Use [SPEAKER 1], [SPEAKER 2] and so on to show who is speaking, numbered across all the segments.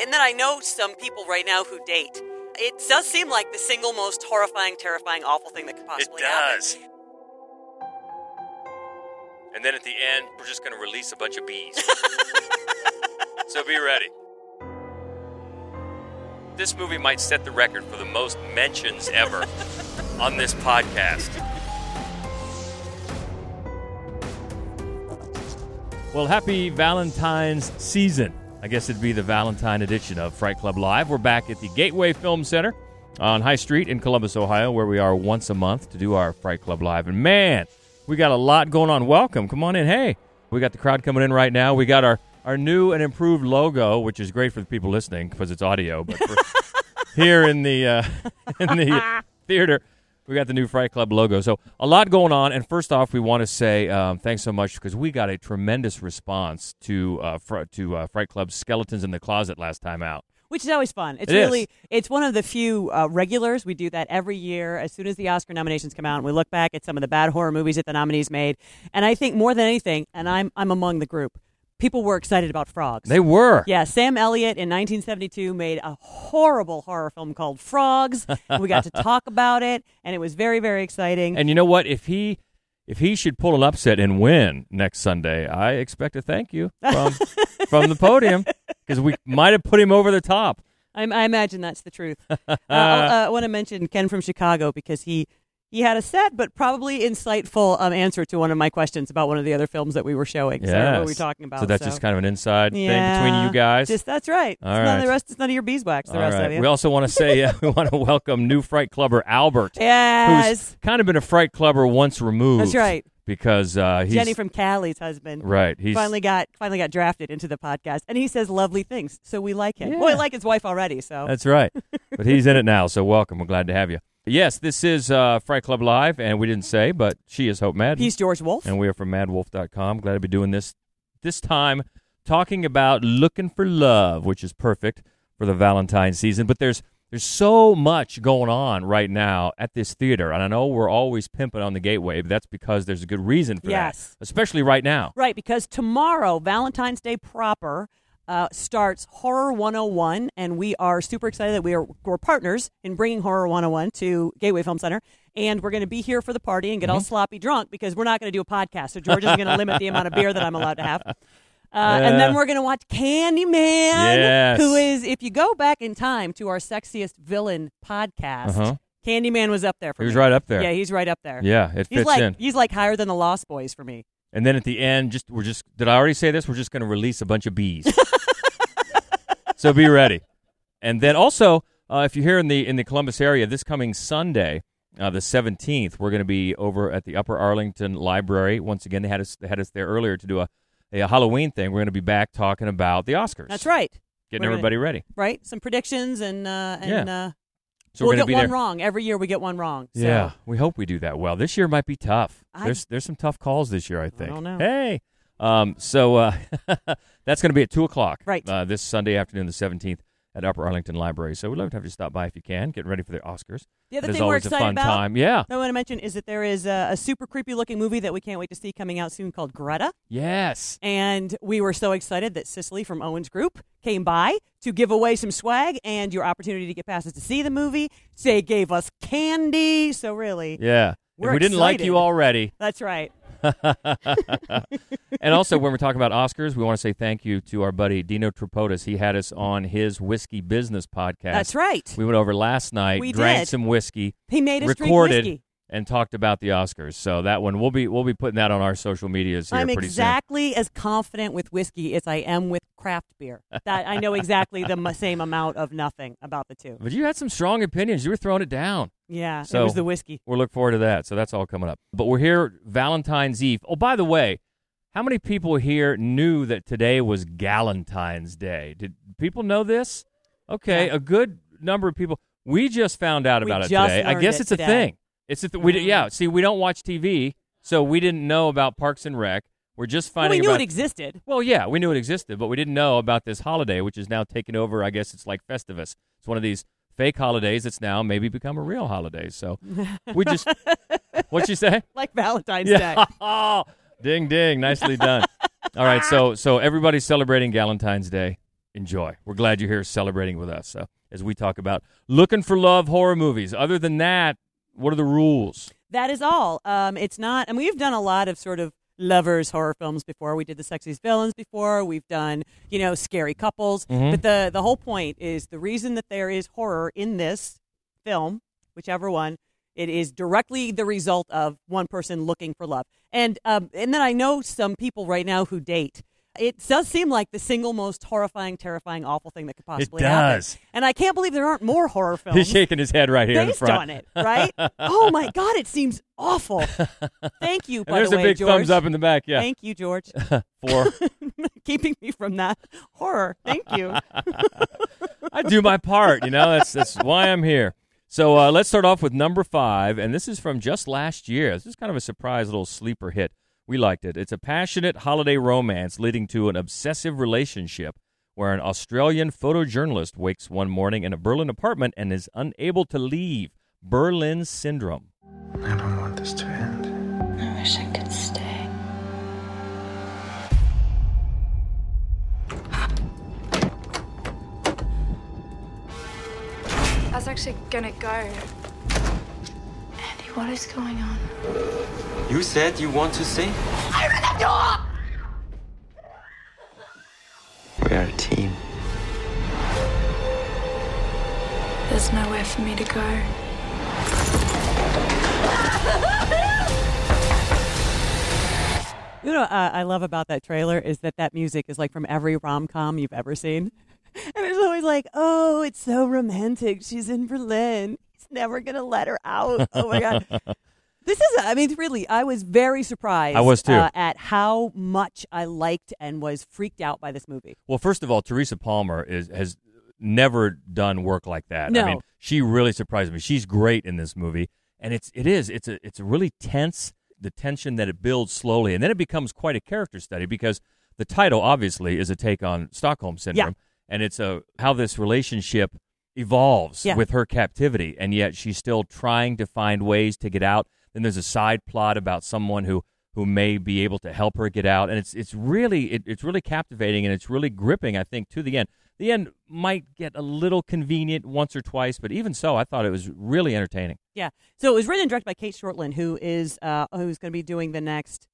[SPEAKER 1] And then I know some people right now who date. It does seem like the single most horrifying, terrifying, awful thing that could
[SPEAKER 2] It
[SPEAKER 1] possibly happen.
[SPEAKER 2] does. And then at the end, we're just going to release a bunch of bees. so be ready. This movie might set the record for the most mentions ever on this podcast. Well, happy Valentine's season. I guess it'd be the Valentine edition of Fright Club Live. We're back at the Gateway Film Center on High Street in Columbus, Ohio, where we are once a month to do our Fright Club Live. And man, we got a lot going on. Welcome. Come on in. Hey, we got the crowd coming in right now. We got our, our new and improved logo, which is great for the people listening because it's audio, but for here in the uh, in the theater. We got the new Fright Club logo. So a lot going on. And first off, we want to say um, thanks so much because we got a tremendous response to uh, fr- to uh, Fright Club's Skeletons in the Closet last time out.
[SPEAKER 1] Which is always fun. It's
[SPEAKER 2] It is.
[SPEAKER 1] really it's one of the few uh, regulars. We do that every year. As soon as the Oscar nominations come out, we look back at some of the bad horror movies that the nominees made. And I think more than anything, and I'm I'm among the group, people were excited about frogs.
[SPEAKER 2] They were.
[SPEAKER 1] Yeah, Sam Elliott in 1972 made a horrible horror film called Frogs. and we got to talk about it, and it was very, very exciting.
[SPEAKER 2] And you know what? If he if he should pull an upset and win next Sunday, I expect a thank you from from the podium because we might have put him over the top.
[SPEAKER 1] I, I imagine that's the truth. uh, I'll- uh, I want to mention Ken from Chicago because he he had a sad but probably insightful um, answer to one of my questions about one of the other films that we were showing. So what were we
[SPEAKER 2] Yes.
[SPEAKER 1] talking about?
[SPEAKER 2] So that's just kind of an inside
[SPEAKER 1] yeah,
[SPEAKER 2] thing between you guys.
[SPEAKER 1] Just that's right.
[SPEAKER 2] All
[SPEAKER 1] it's none of
[SPEAKER 2] right.
[SPEAKER 1] the rest. It's none of your beeswax. The
[SPEAKER 2] All
[SPEAKER 1] rest
[SPEAKER 2] right.
[SPEAKER 1] of you.
[SPEAKER 2] We also want to say uh, we want to welcome new Fright Clubber Albert,
[SPEAKER 1] yes,
[SPEAKER 2] who's kind of been a Fright Clubber once removed.
[SPEAKER 1] that's right.
[SPEAKER 2] Because uh, he's
[SPEAKER 1] Jenny from Callie's husband.
[SPEAKER 2] right. He's
[SPEAKER 1] finally got finally got drafted into the podcast, and he says lovely things. So we like him.
[SPEAKER 2] Yeah.
[SPEAKER 1] Well, we like his wife already. So
[SPEAKER 2] That's right. But he's in it now, so welcome. We're glad to have you. Yes, this is uh, Fright Club Live, and we didn't say, but she is Hope Madden.
[SPEAKER 1] he's George Wolf.
[SPEAKER 2] and we are from madwolf.com. Glad to be doing this this time talking about looking for love, which is perfect for the Valentine season, but there's there's so much going on right now at this theater. And I know we're always pimping on the gateway, but that's because there's a good reason for
[SPEAKER 1] Yes.
[SPEAKER 2] that. Especially right now.
[SPEAKER 1] Right, because tomorrow, Valentine's Day proper, uh, starts Horror 101, and we are super excited that we are we're partners in bringing Horror 101 to Gateway Film Center, and we're going to be here for the party and get
[SPEAKER 2] Mm-hmm.
[SPEAKER 1] all sloppy drunk because we're not going to do a podcast, so George is going to limit the amount of beer that I'm allowed to have. Uh, And then
[SPEAKER 2] Yeah.
[SPEAKER 1] we're going to watch Candyman,
[SPEAKER 2] Uh. Yes.
[SPEAKER 1] who is, if you go back in time to our sexiest villain podcast,
[SPEAKER 2] Uh-huh.
[SPEAKER 1] Candyman was up there for
[SPEAKER 2] He was
[SPEAKER 1] me.
[SPEAKER 2] right up there.
[SPEAKER 1] Yeah, he's right up there.
[SPEAKER 2] Yeah, it
[SPEAKER 1] He's
[SPEAKER 2] fits
[SPEAKER 1] like
[SPEAKER 2] in.
[SPEAKER 1] he's like higher than the Lost Boys for me.
[SPEAKER 2] And then at the end, just we're just did I already say this? We're just going to release a bunch of bees. so be ready. And then also, uh, if you're here in the in the Columbus area this coming Sunday, uh, the 17th, we're going to be over at the Upper Arlington Library once again. They had us they had us there earlier to do a a Halloween thing. We're going to be back talking about the Oscars.
[SPEAKER 1] That's right.
[SPEAKER 2] Getting
[SPEAKER 1] We're gonna-
[SPEAKER 2] everybody ready.
[SPEAKER 1] right? Some predictions and uh, and uh,
[SPEAKER 2] So
[SPEAKER 1] we'll
[SPEAKER 2] we're
[SPEAKER 1] get
[SPEAKER 2] going to be
[SPEAKER 1] one
[SPEAKER 2] there.
[SPEAKER 1] wrong every year. We get one wrong. So.
[SPEAKER 2] Yeah, we hope we do that well. This year might be tough.
[SPEAKER 1] I-
[SPEAKER 2] there's there's some tough calls this year. I think.
[SPEAKER 1] don't know.
[SPEAKER 2] Hey, um, so uh, that's going to be at two o'clock,
[SPEAKER 1] Right.
[SPEAKER 2] Uh, this Sunday afternoon, the seventeenth, at Upper Arlington Library. So we'd love to have you stop by if you can. Get ready for the Oscars.
[SPEAKER 1] The other
[SPEAKER 2] It is
[SPEAKER 1] thing we're
[SPEAKER 2] always a
[SPEAKER 1] excited
[SPEAKER 2] fun
[SPEAKER 1] about
[SPEAKER 2] time. Yeah,
[SPEAKER 1] that I want to mention is that there is a, a super creepy looking movie that we can't wait to see coming out soon called Greta,
[SPEAKER 2] yes.
[SPEAKER 1] and we were so excited that Cicely from Owen's Group came by to give away some swag and your opportunity to get passes to see the movie. They gave us candy, so really,
[SPEAKER 2] Yeah.
[SPEAKER 1] We're
[SPEAKER 2] if we didn't like
[SPEAKER 1] excited.
[SPEAKER 2] you already,
[SPEAKER 1] that's right.
[SPEAKER 2] and also when we're talking about Oscars, we want to say thank you to our buddy Dino Tripodis. He had us on his whiskey business podcast.
[SPEAKER 1] That's right.
[SPEAKER 2] We went over last night,
[SPEAKER 1] We
[SPEAKER 2] drank
[SPEAKER 1] did.
[SPEAKER 2] some whiskey.
[SPEAKER 1] He made us
[SPEAKER 2] recorded
[SPEAKER 1] drink whiskey.
[SPEAKER 2] and talked about the Oscars. So that one we'll be we'll be putting that on our social medias here
[SPEAKER 1] I'm
[SPEAKER 2] pretty
[SPEAKER 1] exactly as confident with whiskey as I am with craft beer. That I know exactly the m- same amount of nothing about the two.
[SPEAKER 2] soon. But you had some strong opinions. You were throwing it down.
[SPEAKER 1] Yeah, it
[SPEAKER 2] So-
[SPEAKER 1] was the whiskey.
[SPEAKER 2] We'll look forward to that. So that's all coming up. But we're here Valentine's Eve. Oh, by the way, how many people here knew that today was Galentine's Day? Did people know this? Okay,
[SPEAKER 1] Yeah.
[SPEAKER 2] a good number of people. We just found out
[SPEAKER 1] We
[SPEAKER 2] about it
[SPEAKER 1] just
[SPEAKER 2] today. I
[SPEAKER 1] learned
[SPEAKER 2] guess
[SPEAKER 1] it
[SPEAKER 2] it's a
[SPEAKER 1] today.
[SPEAKER 2] thing. It's a th- we d-
[SPEAKER 1] Mhm.
[SPEAKER 2] yeah. See, we don't watch TV, so we didn't know about Parks and Rec. We're just
[SPEAKER 1] Well,
[SPEAKER 2] finding
[SPEAKER 1] we knew
[SPEAKER 2] about
[SPEAKER 1] it existed.
[SPEAKER 2] Well, yeah, we knew it existed, but we didn't know about this holiday, which is now taken over. I guess it's like Festivus. It's one of these fake holidays that's now maybe become a real holiday. So we just, what'd you say?
[SPEAKER 1] Like Valentine's Day.
[SPEAKER 2] Yeah. ding, ding. Nicely done. All right. So, so everybody's celebrating Galentine's Day. enjoy. We're glad you're here celebrating with us uh, as we talk about looking for love horror movies. Other than that, what are the rules?
[SPEAKER 1] That is all. Um, it's not, and we've done a lot of sort of lovers horror films before. We did the sexiest villains before. We've done you know scary couples. But the the whole point is the reason that there is horror in this film, whichever one, it is directly the result of one person looking for love. And um, and then I know some people right now who date. It does seem like the single most horrifying, terrifying, awful thing that could possibly happen.
[SPEAKER 2] does.
[SPEAKER 1] And I can't believe there aren't more horror films
[SPEAKER 2] He's shaking his head right here in the
[SPEAKER 1] based on
[SPEAKER 2] front.
[SPEAKER 1] it, right? oh my God, it seems awful. Thank you, by
[SPEAKER 2] And there's
[SPEAKER 1] the
[SPEAKER 2] a
[SPEAKER 1] way,
[SPEAKER 2] big
[SPEAKER 1] George.
[SPEAKER 2] thumbs up in the back. Yeah,
[SPEAKER 1] Thank you, George,
[SPEAKER 2] for
[SPEAKER 1] keeping me from that horror. Thank you.
[SPEAKER 2] I do my part. You know, that's that's why I'm here. So uh, let's start off with number five, and this is from just last year. This is kind of a surprise little sleeper hit. We liked it. It's a passionate holiday romance leading to an obsessive relationship where an Australian photojournalist wakes one morning in a Berlin apartment and is unable to leave. Berlin syndrome.
[SPEAKER 3] I don't want this to end.
[SPEAKER 4] I wish I could stay.
[SPEAKER 5] I was actually gonna go.
[SPEAKER 4] Andy, what is going on?
[SPEAKER 3] You said you want to see? Open the door! We are a team.
[SPEAKER 5] There's nowhere for me to go.
[SPEAKER 1] You know, what I I love about that trailer is that that music is like from every rom com you've ever seen, and it's always like, oh, it's so romantic. She's in Berlin. He's never gonna let her out. Oh my God. This is, I mean, really, I was very surprised.
[SPEAKER 2] I was too.
[SPEAKER 1] uh, at how much I liked and was freaked out by this movie.
[SPEAKER 2] Well, first of all, Teresa Palmer is has never done work like that.
[SPEAKER 1] No.
[SPEAKER 2] I mean, she really surprised me. She's great in this movie, and it's it is it's a it's a really tense the tension that it builds slowly, and then it becomes quite a character study because the title obviously is a take on Stockholm syndrome, and it's a how this relationship evolves
[SPEAKER 1] Yeah.
[SPEAKER 2] with her captivity, and yet she's still trying to find ways to get out. Then there's a side plot about someone who who may be able to help her get out, and it's it's really it, it's really captivating and it's really gripping. I think to the end. The end might get a little convenient once or twice, but even so, I thought it was really entertaining.
[SPEAKER 1] Yeah. So it was written and directed by Kate Shortland, who is uh, who's going to be doing the next.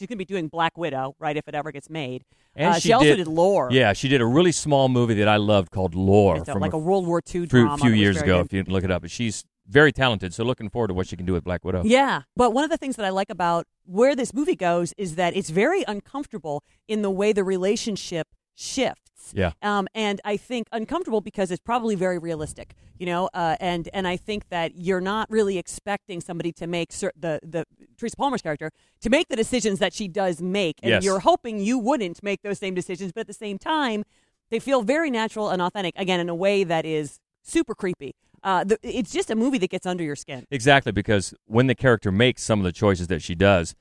[SPEAKER 1] She's going to be doing Black Widow, right? If it ever gets made.
[SPEAKER 2] And
[SPEAKER 1] uh, she, also did Lore.
[SPEAKER 2] Yeah, she did a really small movie that I loved called Lore
[SPEAKER 1] It's a-
[SPEAKER 2] from
[SPEAKER 1] like a World War II
[SPEAKER 2] few,
[SPEAKER 1] drama. that
[SPEAKER 2] few
[SPEAKER 1] was
[SPEAKER 2] years
[SPEAKER 1] very
[SPEAKER 2] ago.
[SPEAKER 1] good.
[SPEAKER 2] If you look it up, but she's very talented. So looking forward to what she can do with Black Widow.
[SPEAKER 1] Yeah. But one of the things that I like about where this movie goes is that it's very uncomfortable in the way the relationship shifts.
[SPEAKER 2] Yeah.
[SPEAKER 1] Um, and I think uncomfortable because it's probably very realistic, you know. Uh, and and I think that you're not really expecting somebody to make cer- the the Teresa Palmer's character to make the decisions that she does make, and
[SPEAKER 2] Yes.
[SPEAKER 1] you're hoping you wouldn't make those same decisions, but at the same time, they feel very natural and authentic. Again, in a way that is super creepy. Uh, the, it's just a movie that gets under your skin.
[SPEAKER 2] Exactly, because when the character makes some of the choices that she does,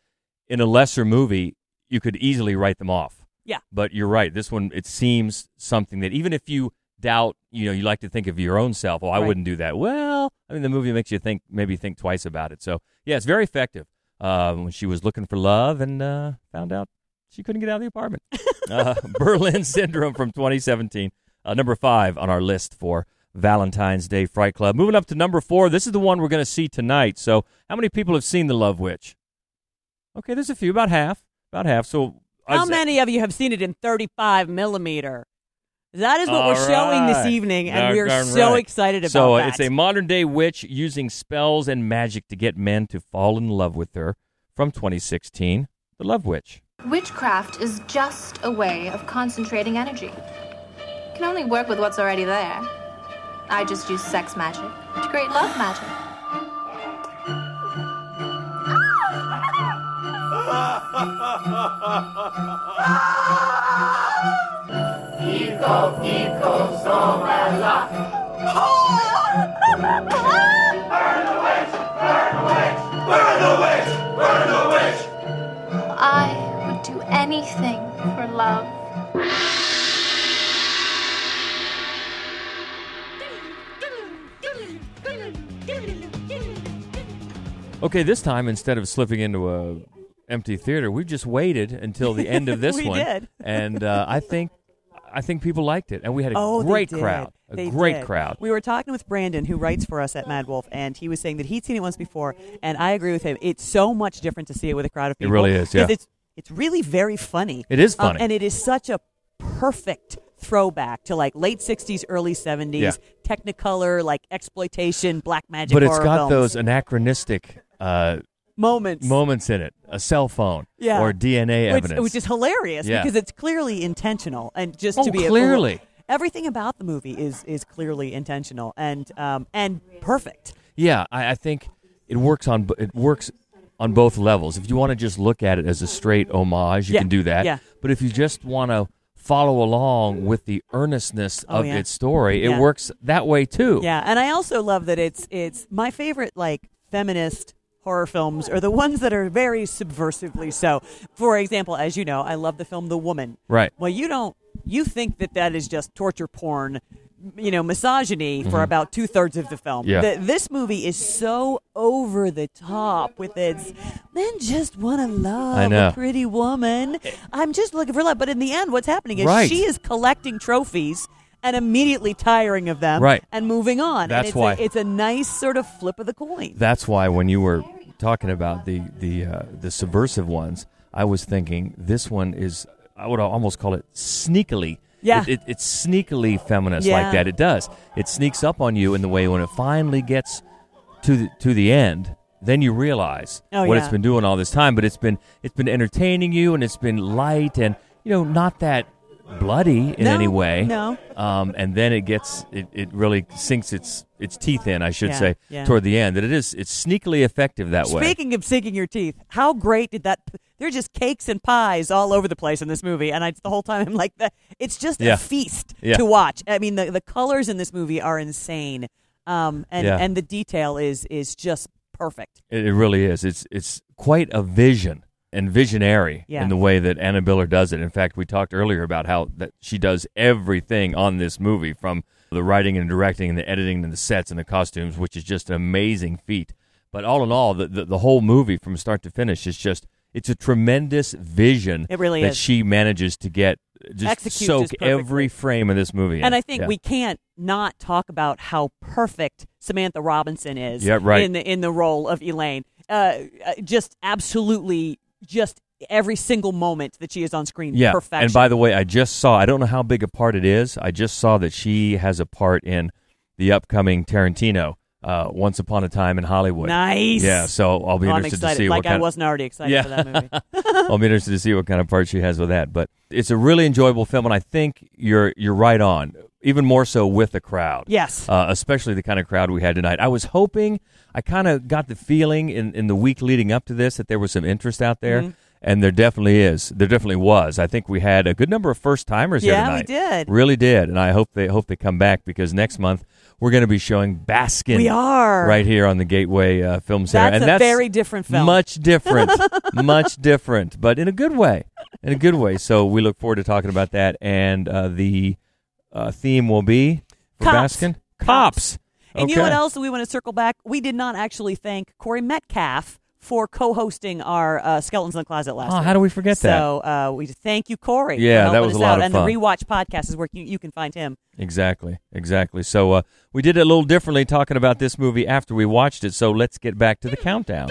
[SPEAKER 2] in a lesser movie, you could easily write them off.
[SPEAKER 1] Yeah.
[SPEAKER 2] But you're right. This one, it seems something that even if you doubt, you know, you like to think of your own self, oh, I
[SPEAKER 1] Right.
[SPEAKER 2] wouldn't do that. Well, I mean, the movie makes you think, maybe think twice about it. So, yeah, it's very effective. Um, when she was looking for love and uh, found out she couldn't get out of the apartment. uh, Berlin Syndrome from 2017, uh, number five on our list for Valentine's Day Fright Club. Moving up to number four, this is the one we're going to see tonight. So, how many people have seen The Love Witch? Okay, there's a few, about half, about half. So,
[SPEAKER 1] How
[SPEAKER 2] I'd say-
[SPEAKER 1] many of you have seen it in 35 millimeter? That is what
[SPEAKER 2] All
[SPEAKER 1] we're showing this
[SPEAKER 2] right.
[SPEAKER 1] evening, and we are
[SPEAKER 2] Doggone
[SPEAKER 1] so
[SPEAKER 2] right.
[SPEAKER 1] excited about
[SPEAKER 2] so,
[SPEAKER 1] that.
[SPEAKER 2] it's a modern day witch using spells and magic to get men to fall in love with her from 2016, The Love Witch.
[SPEAKER 6] Witchcraft is just a way of concentrating energy. Can only work with what's already there. I just use sex magic to create love magic. I would do anything for love.
[SPEAKER 2] Okay, this time instead of slipping into a empty theater, we've just waited until the end of this
[SPEAKER 1] We
[SPEAKER 2] one.
[SPEAKER 1] did.
[SPEAKER 2] And uh, I think I think people liked it, and we had a
[SPEAKER 1] Oh, they
[SPEAKER 2] great
[SPEAKER 1] did.
[SPEAKER 2] crowd, a
[SPEAKER 1] They
[SPEAKER 2] great
[SPEAKER 1] did.
[SPEAKER 2] crowd.
[SPEAKER 1] We were talking with Brandon, who writes for us at Mad Wolf, and he was saying that he'd seen it once before, and I agree with him. It's so much different to see it with a crowd of
[SPEAKER 2] It
[SPEAKER 1] people.
[SPEAKER 2] really is,
[SPEAKER 1] 'cause
[SPEAKER 2] yeah.
[SPEAKER 1] It's it's really very funny. Um,
[SPEAKER 2] It is funny.
[SPEAKER 1] and it is such a perfect throwback to like late '60s, early '70s Technicolor, like exploitation, black magic.
[SPEAKER 2] but it's
[SPEAKER 1] horror
[SPEAKER 2] got
[SPEAKER 1] films.
[SPEAKER 2] those anachronistic uh,
[SPEAKER 1] moments.
[SPEAKER 2] moments in it, a cell phone
[SPEAKER 1] Yeah.
[SPEAKER 2] or DNA
[SPEAKER 1] which,
[SPEAKER 2] evidence.
[SPEAKER 1] which is hilarious
[SPEAKER 2] Yeah.
[SPEAKER 1] because it's clearly intentional and just
[SPEAKER 2] Oh,
[SPEAKER 1] to be a-
[SPEAKER 2] clearly.
[SPEAKER 1] everything about the movie is is clearly intentional and um and perfect.
[SPEAKER 2] yeah, I, I think it works on b- it works on both levels. If you want to just look at it as a straight homage, you
[SPEAKER 1] Yeah,
[SPEAKER 2] can do that.
[SPEAKER 1] yeah.
[SPEAKER 2] But if you just want to follow along with the earnestness
[SPEAKER 1] Oh,
[SPEAKER 2] of
[SPEAKER 1] yeah.
[SPEAKER 2] its story, it
[SPEAKER 1] Yeah.
[SPEAKER 2] works that way too.
[SPEAKER 1] Yeah, and I also love that it's it's my favorite like feminist horror films are the ones that are very subversively so. For example, as you know, I love the film The Woman.
[SPEAKER 2] Right.
[SPEAKER 1] Well, you don't you think that that is just torture porn, you know, misogyny for about two thirds of the film.
[SPEAKER 2] Mm-hmm. Yeah.
[SPEAKER 1] Th- this movie is so over the top with its men just want to love
[SPEAKER 2] I know.
[SPEAKER 1] a pretty woman. I'm just looking for love, but in the end, what's happening is
[SPEAKER 2] Right.
[SPEAKER 1] she is collecting trophies. And immediately tiring of them
[SPEAKER 2] Right.
[SPEAKER 1] and moving on.
[SPEAKER 2] That's
[SPEAKER 1] and it's
[SPEAKER 2] why.
[SPEAKER 1] A, it's a nice sort of flip of the coin.
[SPEAKER 2] That's why when you were talking about the the uh, the subversive ones, I was thinking this one is I would almost call it sneakily.
[SPEAKER 1] Yeah.
[SPEAKER 2] It, it, it's sneakily feminist like
[SPEAKER 1] Yeah.
[SPEAKER 2] that. It does. It sneaks up on you in the way when it finally gets to the, to the end, then you realize
[SPEAKER 1] Oh,
[SPEAKER 2] what
[SPEAKER 1] yeah.
[SPEAKER 2] it's been doing all this time. But it's been it's been entertaining you, and it's been light, and you know not that bloody in
[SPEAKER 1] No,
[SPEAKER 2] any way.
[SPEAKER 1] no.
[SPEAKER 2] Um, and then it gets it, it really sinks its its teeth in, I should
[SPEAKER 1] Yeah,
[SPEAKER 2] say,
[SPEAKER 1] yeah.
[SPEAKER 2] toward the end. That it is it's sneakily effective that way.
[SPEAKER 1] Speaking of sinking your teeth, how great did that? There are just cakes and pies all over the place in this movie, and I the whole time I'm like, the, it's just
[SPEAKER 2] Yeah.
[SPEAKER 1] a feast
[SPEAKER 2] Yeah.
[SPEAKER 1] to watch. I mean, the, the colors in this movie are insane, um, and
[SPEAKER 2] Yeah.
[SPEAKER 1] and the detail is is just perfect.
[SPEAKER 2] It, it really is. It's it's quite a vision and visionary
[SPEAKER 1] Yeah.
[SPEAKER 2] in the way that Anna Biller does it. In fact, we talked earlier about how that she does everything on this movie from the writing and directing and the editing and the sets and the costumes, which is just an amazing feat. But all in all, the, the, the whole movie from start to finish is just it's a tremendous vision
[SPEAKER 1] It really
[SPEAKER 2] that
[SPEAKER 1] is.
[SPEAKER 2] she manages to get just
[SPEAKER 1] Execute
[SPEAKER 2] soak
[SPEAKER 1] just perfectly.
[SPEAKER 2] every frame of this movie. in.
[SPEAKER 1] And I think
[SPEAKER 2] Yeah.
[SPEAKER 1] we can't not talk about how perfect Samantha Robinson is
[SPEAKER 2] Yeah, right.
[SPEAKER 1] in the in the role of Elaine. Uh, uh, just absolutely, just every single moment that she is on screen,
[SPEAKER 2] Yeah.
[SPEAKER 1] perfection.
[SPEAKER 2] And by the way, I just saw, I don't know how big a part it is. I just saw that she has a part in the upcoming Tarantino, uh, Once Upon a Time in Hollywood.
[SPEAKER 1] nice,
[SPEAKER 2] Yeah, so I'll be
[SPEAKER 1] Oh, I'm
[SPEAKER 2] interested to
[SPEAKER 1] excited.
[SPEAKER 2] see
[SPEAKER 1] like
[SPEAKER 2] what kind
[SPEAKER 1] I wasn't already excited
[SPEAKER 2] Yeah.
[SPEAKER 1] for that movie.
[SPEAKER 2] I'll be interested to see what kind of part she has with that. But it's a really enjoyable film, and I think you're you're right on. Even more so with the crowd.
[SPEAKER 1] Yes.
[SPEAKER 2] Uh, especially the kind of crowd we had tonight. I was hoping, I kind of got the feeling in, in the week leading up to this that there was some interest out there,
[SPEAKER 1] Mm-hmm.
[SPEAKER 2] and there definitely is. There definitely was. I think we had a good number of first timers here
[SPEAKER 1] Yeah,
[SPEAKER 2] tonight.
[SPEAKER 1] we did.
[SPEAKER 2] Really did. And I hope they hope they come back because next month we're going to be showing Baskin.
[SPEAKER 1] We are.
[SPEAKER 2] Right here on the Gateway uh, Film Center.
[SPEAKER 1] That's
[SPEAKER 2] and
[SPEAKER 1] a
[SPEAKER 2] that's
[SPEAKER 1] very different film.
[SPEAKER 2] Much different. much different, but in a good way. In a good way. So we look forward to talking about that. And uh, the uh, theme will be for
[SPEAKER 1] Cops.
[SPEAKER 2] Baskin?
[SPEAKER 1] Cops. And you know what
[SPEAKER 2] Okay.
[SPEAKER 1] else we want to circle back? We did not actually thank Corey Metcalf for co-hosting our uh, Skeletons in the Closet last
[SPEAKER 2] Oh,
[SPEAKER 1] week.
[SPEAKER 2] how do we forget that?
[SPEAKER 1] So uh, we thank you, Corey. for
[SPEAKER 2] Yeah, that
[SPEAKER 1] helping
[SPEAKER 2] was
[SPEAKER 1] us
[SPEAKER 2] a lot
[SPEAKER 1] out.
[SPEAKER 2] of
[SPEAKER 1] and
[SPEAKER 2] fun.
[SPEAKER 1] the Rewatch podcast is where you, you can find him.
[SPEAKER 2] Exactly, exactly. So uh, we did it a little differently talking about this movie after we watched it. So let's get back to the countdown.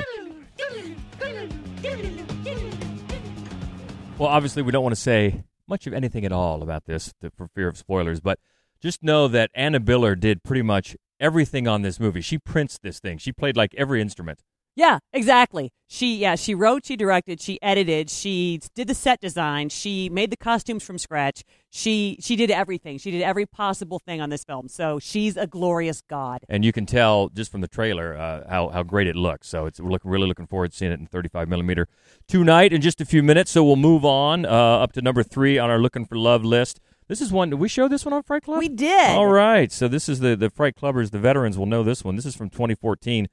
[SPEAKER 2] Well, obviously, we don't want to say much of anything at all about this to, for fear of spoilers, but just know that Anna Biller did pretty much everything on this movie. She prints this thing. She played like every instrument.
[SPEAKER 1] Yeah, exactly. She yeah, she wrote, she directed, she edited, she did the set design, she made the costumes from scratch. She she did everything. She did every possible thing on this film. So she's a glorious god.
[SPEAKER 2] and you can tell just from the trailer uh, how, how great it looks. So it's we're look, really looking forward to seeing it in 35 millimeter tonight in just a few minutes. So we'll move on uh, up to number three on our looking for love list. This is one. Did we show this one on Fright Club?
[SPEAKER 1] We did.
[SPEAKER 2] All right. So this is the the Fright Clubbers, the veterans will know this one. This is from 2014.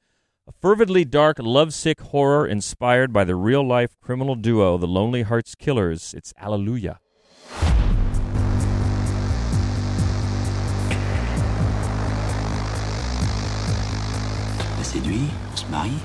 [SPEAKER 2] A fervidly dark, lovesick horror inspired by the real life criminal duo, the Lonely Hearts Killers. It's Alleluia.
[SPEAKER 7] La séduit, on se marie.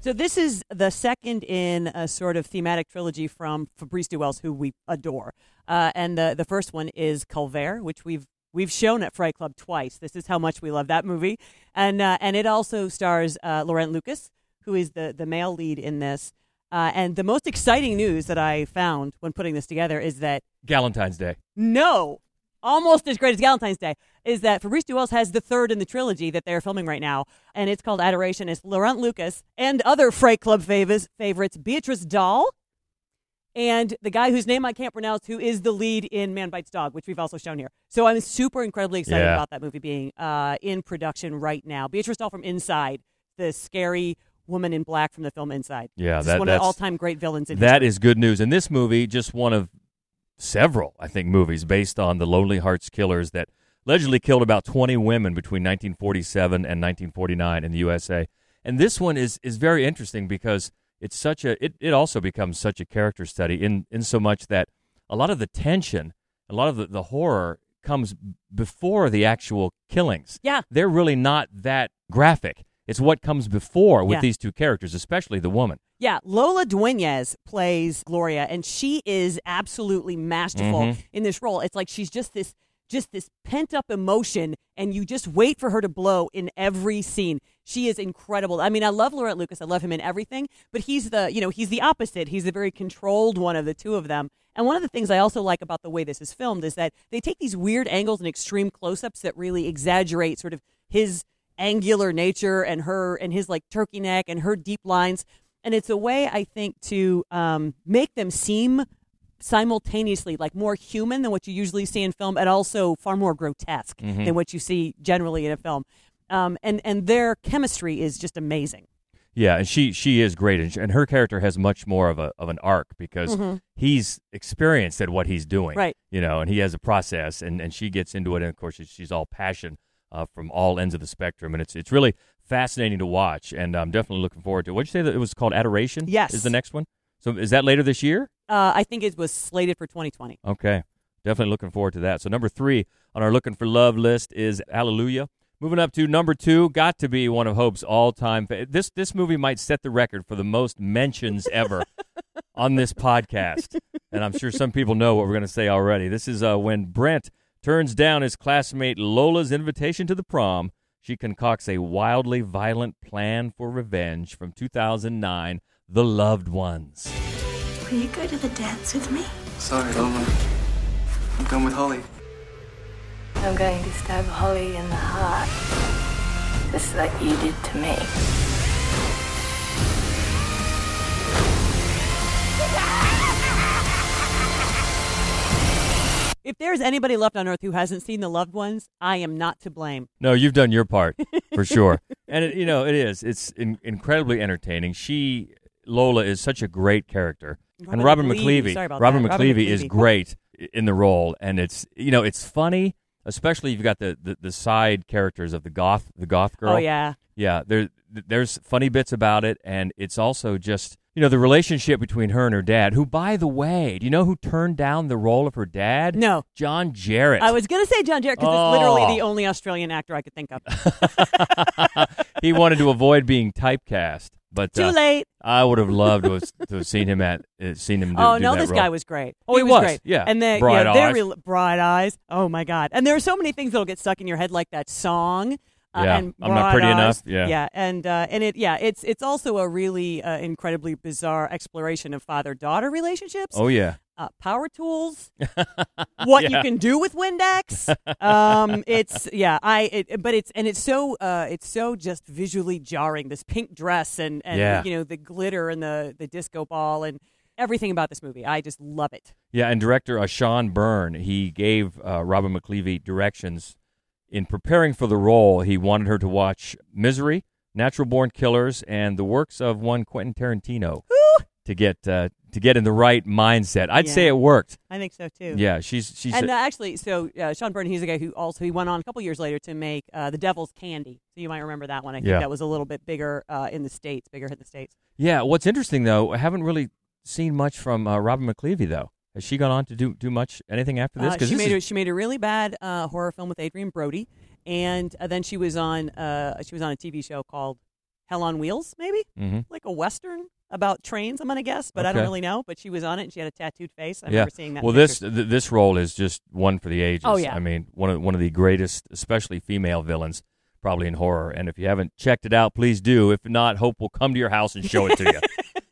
[SPEAKER 1] So this is the second in a sort of thematic trilogy from Fabrice Duels, who we adore, uh, and the the first one is Calvaire, which we've we've shown at Fright Club twice. This is how much we love that movie, and uh, and it also stars uh, Laurent Lucas, who is the the male lead in this. Uh, and the most exciting news that I found when putting this together is that
[SPEAKER 2] Galentine's Day.
[SPEAKER 1] no, almost as great as Valentine's Day, is that Fabrice Duels has the third in the trilogy that they're filming right now, and it's called Adoration. It's Laurent Lucas and other Fright Club favors, favorites, Beatrice Dahl, and the guy whose name I can't pronounce, who is the lead in Man Bites Dog, which we've also shown here. So I'm super incredibly excited
[SPEAKER 2] Yeah.
[SPEAKER 1] about that movie being uh, in production right now. Beatrice Dahl from Inside, the scary woman in black from the film Inside.
[SPEAKER 2] Yeah,
[SPEAKER 1] Just
[SPEAKER 2] that-
[SPEAKER 1] one of the
[SPEAKER 2] that's-
[SPEAKER 1] all-time great villains in
[SPEAKER 2] That is good news. And this movie, just one of several, I think, movies based on the Lonely Hearts Killers that allegedly killed about 20 women between 1947 and 1949 in the USA. And this one is is very interesting because it's such a it, it also becomes such a character study in in so much that a lot of the tension, a lot of the, the horror comes b- before the actual killings.
[SPEAKER 1] Yeah.
[SPEAKER 2] They're really not that graphic. It's what comes before with
[SPEAKER 1] Yeah.
[SPEAKER 2] these two characters, especially the woman.
[SPEAKER 1] Yeah, Lola Dueñas plays Gloria, and she is absolutely masterful
[SPEAKER 2] Mhm.
[SPEAKER 1] in this role. It's like she's just this, just this pent up emotion, and you just wait for her to blow in every scene. She is incredible. I mean, I love Laurent Lucas. I love him in everything, but he's the, you know, he's the opposite. He's the very controlled one of the two of them. And one of the things I also like about the way this is filmed is that they take these weird angles and extreme close ups that really exaggerate sort of his angular nature and her and his like turkey neck and her deep lines and it's a way i think to um, make them seem simultaneously like more human than what you usually see in film and also far more grotesque
[SPEAKER 2] Mm-hmm.
[SPEAKER 1] than what you see generally in a film um, and and their chemistry is just amazing
[SPEAKER 2] Yeah, and she she is great, and, sh and her character has much more of a of an arc because he's experienced at what he's doing,
[SPEAKER 1] Mm-hmm. Right.
[SPEAKER 2] You know, and he has a process, and, and she gets into it, and of course she- she's all passion uh, from all ends of the spectrum, and it's it's really fascinating to watch, and I'm definitely looking forward to. it. What'd you say that it was called? Adoration.
[SPEAKER 1] Yes.
[SPEAKER 2] is the next one. So is that later this year?
[SPEAKER 1] uh, i think it was slated for 2020
[SPEAKER 2] Okay. Definitely looking forward to that. So number three on our looking for love list is Hallelujah. Moving up to number two, got to be one of Hope's all-time. Fa- this this movie might set the record for the most mentions ever on this podcast, and I'm sure some people know what we're going to say already. This is uh, when Brent turns down his classmate Lola's invitation to the prom. She concocts a wildly violent plan for revenge from 2009, The Loved Ones.
[SPEAKER 5] Will you go to the dance with me?
[SPEAKER 3] Sorry, Lola. I'm going with Holly.
[SPEAKER 4] I'm going to stab Holly in the heart. Just like you did to me.
[SPEAKER 1] if there's anybody left on earth who hasn't seen the loved ones i am not to blame
[SPEAKER 2] No, you've done your part for sure. and it, you know, it is. It's in, incredibly entertaining. She Lola is such a great character. and
[SPEAKER 1] Robin
[SPEAKER 2] Robin
[SPEAKER 1] McLeavy.
[SPEAKER 2] McLeavy,
[SPEAKER 1] Sorry about
[SPEAKER 2] Robin
[SPEAKER 1] that.
[SPEAKER 2] McLeavy,
[SPEAKER 1] Robin
[SPEAKER 2] is
[SPEAKER 1] McLeavy.
[SPEAKER 2] great i- in the role and it's you know, it's funny, especially you've got the, the, the side characters of the goth the goth girl.
[SPEAKER 1] oh yeah
[SPEAKER 2] Yeah, there there's funny bits about it, and it's also just you know the relationship between her and her dad. Who, by the way, do you know who turned down the role of her dad?
[SPEAKER 1] No.
[SPEAKER 2] John Jarrett.
[SPEAKER 1] i was going to say john jarrett because
[SPEAKER 2] Oh.
[SPEAKER 1] it's literally the only australian actor i could think of
[SPEAKER 2] he wanted to avoid being typecast, but
[SPEAKER 1] too
[SPEAKER 2] uh,
[SPEAKER 1] late
[SPEAKER 2] I would have loved to have, to have seen him at uh, seen him. Do,
[SPEAKER 1] oh
[SPEAKER 2] do
[SPEAKER 1] no,
[SPEAKER 2] that
[SPEAKER 1] this
[SPEAKER 2] role.
[SPEAKER 1] guy was great.
[SPEAKER 2] Oh, he was,
[SPEAKER 1] great.
[SPEAKER 2] yeah.
[SPEAKER 1] and then
[SPEAKER 2] Bright
[SPEAKER 1] yeah, their
[SPEAKER 2] eyes.
[SPEAKER 1] rel- bright eyes. Oh my god! And there are so many things that'll get stuck in your head, like that song. Uh,
[SPEAKER 2] Yeah,
[SPEAKER 1] and
[SPEAKER 2] I'm not
[SPEAKER 1] Bright
[SPEAKER 2] pretty
[SPEAKER 1] Eyes.
[SPEAKER 2] enough, yeah.
[SPEAKER 1] yeah, and uh, and it, yeah, it's it's also a really uh, incredibly bizarre exploration of father daughter relationships,
[SPEAKER 2] Oh yeah,
[SPEAKER 1] uh, power tools, what
[SPEAKER 2] Yeah.
[SPEAKER 1] you can do with Windex. um, it's yeah, I it, but it's and it's so uh, it's so just visually jarring. This pink dress and and
[SPEAKER 2] Yeah.
[SPEAKER 1] you know the glitter and the the disco ball and everything about this movie. I just love it.
[SPEAKER 2] yeah. And director uh, Sean Byrne, he gave uh, Robin McClevey directions in preparing for the role. He wanted her to watch Misery, Natural Born Killers, and the works of one Quentin Tarantino to get uh, to get in the right mindset. I'd
[SPEAKER 1] Yeah.
[SPEAKER 2] say it worked.
[SPEAKER 1] I think so too.
[SPEAKER 2] Yeah, she's she's
[SPEAKER 1] And uh, actually, so uh, Sean Byrne, he's a guy who also he went on a couple years later to make uh, The Devil's Candy. So you might remember that one. I think
[SPEAKER 2] Yeah.
[SPEAKER 1] that was a little bit bigger uh, in the states, bigger in the states.
[SPEAKER 2] Yeah, what's interesting though, I haven't really seen much from uh, Robin McClevy though. Has she gone on to do do much anything after this?
[SPEAKER 1] Uh, she
[SPEAKER 2] this
[SPEAKER 1] made
[SPEAKER 2] is-
[SPEAKER 1] a, she made a really bad uh, horror film with Adrian Brody, and uh, then she was on uh, she was on a TV show called Hell on Wheels, maybe
[SPEAKER 2] Mm-hmm.
[SPEAKER 1] like a western about trains. I'm gonna guess, but I don't
[SPEAKER 2] Okay.
[SPEAKER 1] really know. But she was on it, and she had a tattooed face. I
[SPEAKER 2] yeah.
[SPEAKER 1] remember seeing that. in
[SPEAKER 2] well,
[SPEAKER 1] pictures.
[SPEAKER 2] this th- this role is just one for the ages.
[SPEAKER 1] Oh, yeah.
[SPEAKER 2] I mean, one of one of the greatest, especially female villains, probably in horror. And if you haven't checked it out, please do. If not, Hope will come to your house and show it to you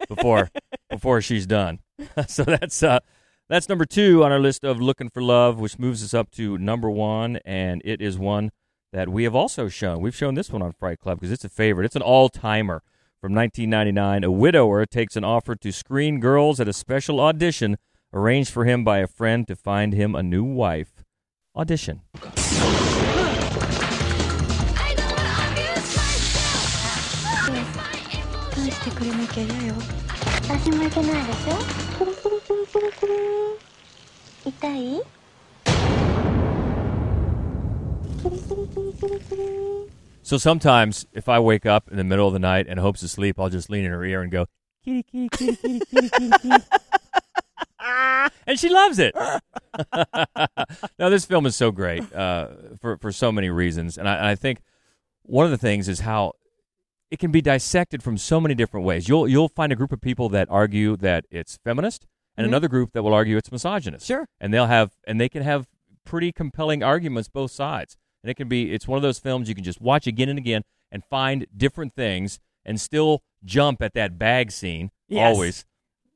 [SPEAKER 2] before before she's done. so that's uh that's number two on our list of looking for love, which moves us up to number one, and it is one that we have also shown. We've shown this one on Fright Club because it's a favorite. It's an all timer from 1999. A widower takes an offer to screen girls at a special audition arranged for him by a friend to find him a new wife. Audition. So sometimes if I wake up in the middle of the night and Hope's asleep, I'll just lean in her ear and go, kitty, kitty, kitty, kitty, kitty, kitty, kitty. and she loves it. no, this film is so great uh, for, for so many reasons. And I, and I think one of the things is how it can be dissected from so many different ways. You'll, you'll find a group of people that argue that it's feminist and another group that will argue it's misogynist.
[SPEAKER 1] Sure.
[SPEAKER 2] And they'll have, and they can have pretty compelling arguments both sides. And it can be, it's one of those films you can just watch again and again and find different things and still jump at that bag scene
[SPEAKER 1] Yes.
[SPEAKER 2] always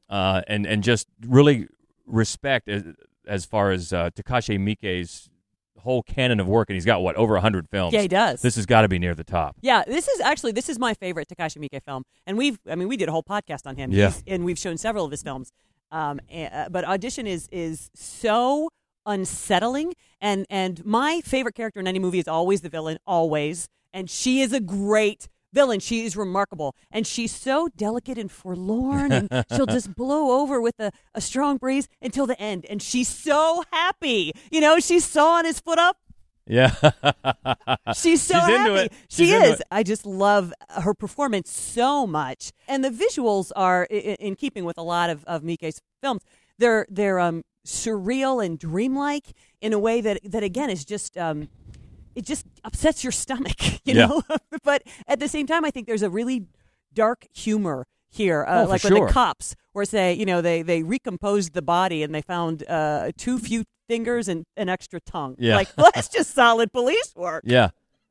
[SPEAKER 2] uh, and and just really respect as, as far as uh, Takashi Miike's whole canon of work, and he's got what over hundred films.
[SPEAKER 1] Yeah, he does.
[SPEAKER 2] This has got to be near the top.
[SPEAKER 1] Yeah, this is actually this is my favorite Takashi Miike film, and we've I mean we did a whole podcast on him.
[SPEAKER 2] Yeah.
[SPEAKER 1] He's- and we've shown several of his films. Um, a- uh, but audition is is so unsettling, and and my favorite character in any movie is always the villain, always, and she is a great villain. She is remarkable, and she's so delicate and forlorn, and she'll just blow over with a, a strong breeze until the end, and she's so happy. You know, she's sawing his foot up
[SPEAKER 2] Yeah,
[SPEAKER 1] She's so
[SPEAKER 2] She's
[SPEAKER 1] happy.
[SPEAKER 2] into it.
[SPEAKER 1] She
[SPEAKER 2] She's into
[SPEAKER 1] is.
[SPEAKER 2] it.
[SPEAKER 1] I just love her performance so much, and the visuals are i- i- in keeping with a lot of of Mike's films. They're they're um, surreal and dreamlike in a way that that again is just. Um, it just upsets your stomach, you
[SPEAKER 2] Yeah.
[SPEAKER 1] know. but at the same time, I think there's a really dark humor here,
[SPEAKER 2] Oh,
[SPEAKER 1] uh,
[SPEAKER 2] for
[SPEAKER 1] like when
[SPEAKER 2] sure.
[SPEAKER 1] the cops were say, you know, they they recomposed the body and they found uh, too few fingers and an extra tongue.
[SPEAKER 2] Yeah.
[SPEAKER 1] Like well, that's just solid police work.
[SPEAKER 2] yeah.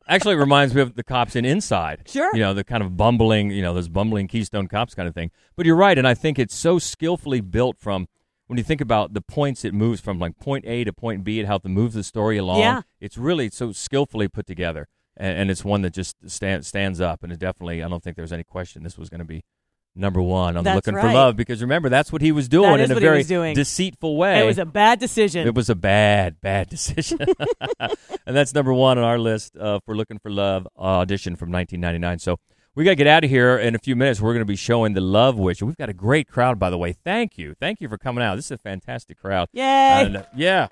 [SPEAKER 2] Actually, it reminds me of the cops in Inside.
[SPEAKER 1] Sure.
[SPEAKER 2] You know, the kind of bumbling, you know, those bumbling Keystone cops kind of thing. But you're right, and I think it's so skillfully built from when you think about the points it moves from, like point A to point B, and how it moves the story along.
[SPEAKER 1] Yeah.
[SPEAKER 2] It's really so skillfully put together, and, and it's one that just stand, stands up. And it definitely, I don't think there's any question this was going to be number one on the
[SPEAKER 1] That's
[SPEAKER 2] Looking for
[SPEAKER 1] right.
[SPEAKER 2] Love because remember that's what he was doing
[SPEAKER 1] That is
[SPEAKER 2] in a
[SPEAKER 1] what he
[SPEAKER 2] very
[SPEAKER 1] was doing.
[SPEAKER 2] deceitful way.
[SPEAKER 1] It was a bad decision.
[SPEAKER 2] It was a bad, bad decision. and that's number one on our list uh, for Looking for Love audition from 1999. So we got to get out of here in a few minutes. We're going to be showing The Love Witch. We've got a great crowd, by the way. Thank you. Thank you for coming out. This is a fantastic crowd.
[SPEAKER 1] Yay.
[SPEAKER 2] And, yeah.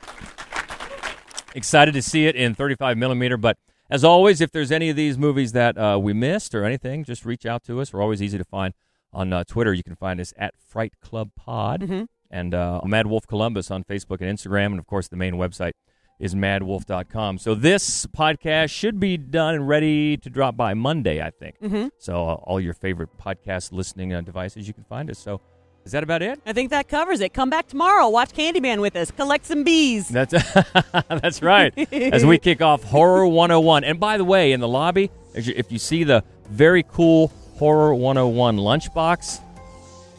[SPEAKER 2] Excited to see it in 35 millimeter. But as always, if there's any of these movies that uh, we missed or anything, just reach out to us. We're always easy to find on uh, Twitter. You can find us at Fright Club Pod and uh, Mad Wolf Columbus on Facebook and Instagram. And of course, the main website is madwolf.com. So this podcast should be done and ready to drop by Monday, I think. Mm-hmm. So uh, all your favorite podcast listening uh, devices, you can find us. So is that about it?
[SPEAKER 1] I think that covers it. Come back tomorrow. Watch Candyman with us. Collect some bees.
[SPEAKER 2] That's that's right. As we kick off Horror 101. And by the way, in the lobby, if you, if you see the very cool Horror 101 lunchbox,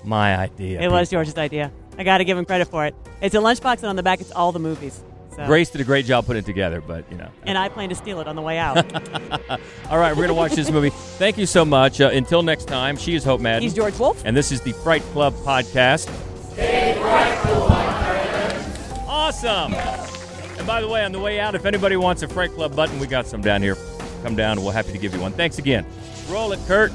[SPEAKER 2] my idea.
[SPEAKER 1] It was George's idea. I got to give him credit for it. It's a lunchbox, and on the back, it's all the movies. So.
[SPEAKER 2] Grace did a great job putting it together, but you know.
[SPEAKER 1] And I plan to steal it on the way out.
[SPEAKER 2] All right, we're gonna watch this movie. Thank you so much. Uh, until next time, she is Hope Madden,
[SPEAKER 1] He's George Wolf.
[SPEAKER 2] and this is the Fright Club podcast. Awesome. And by the way, on the way out, if anybody wants a Fright Club button, we got some down here. Come down, and we're happy to give you one. Thanks again. Roll it, Kurt.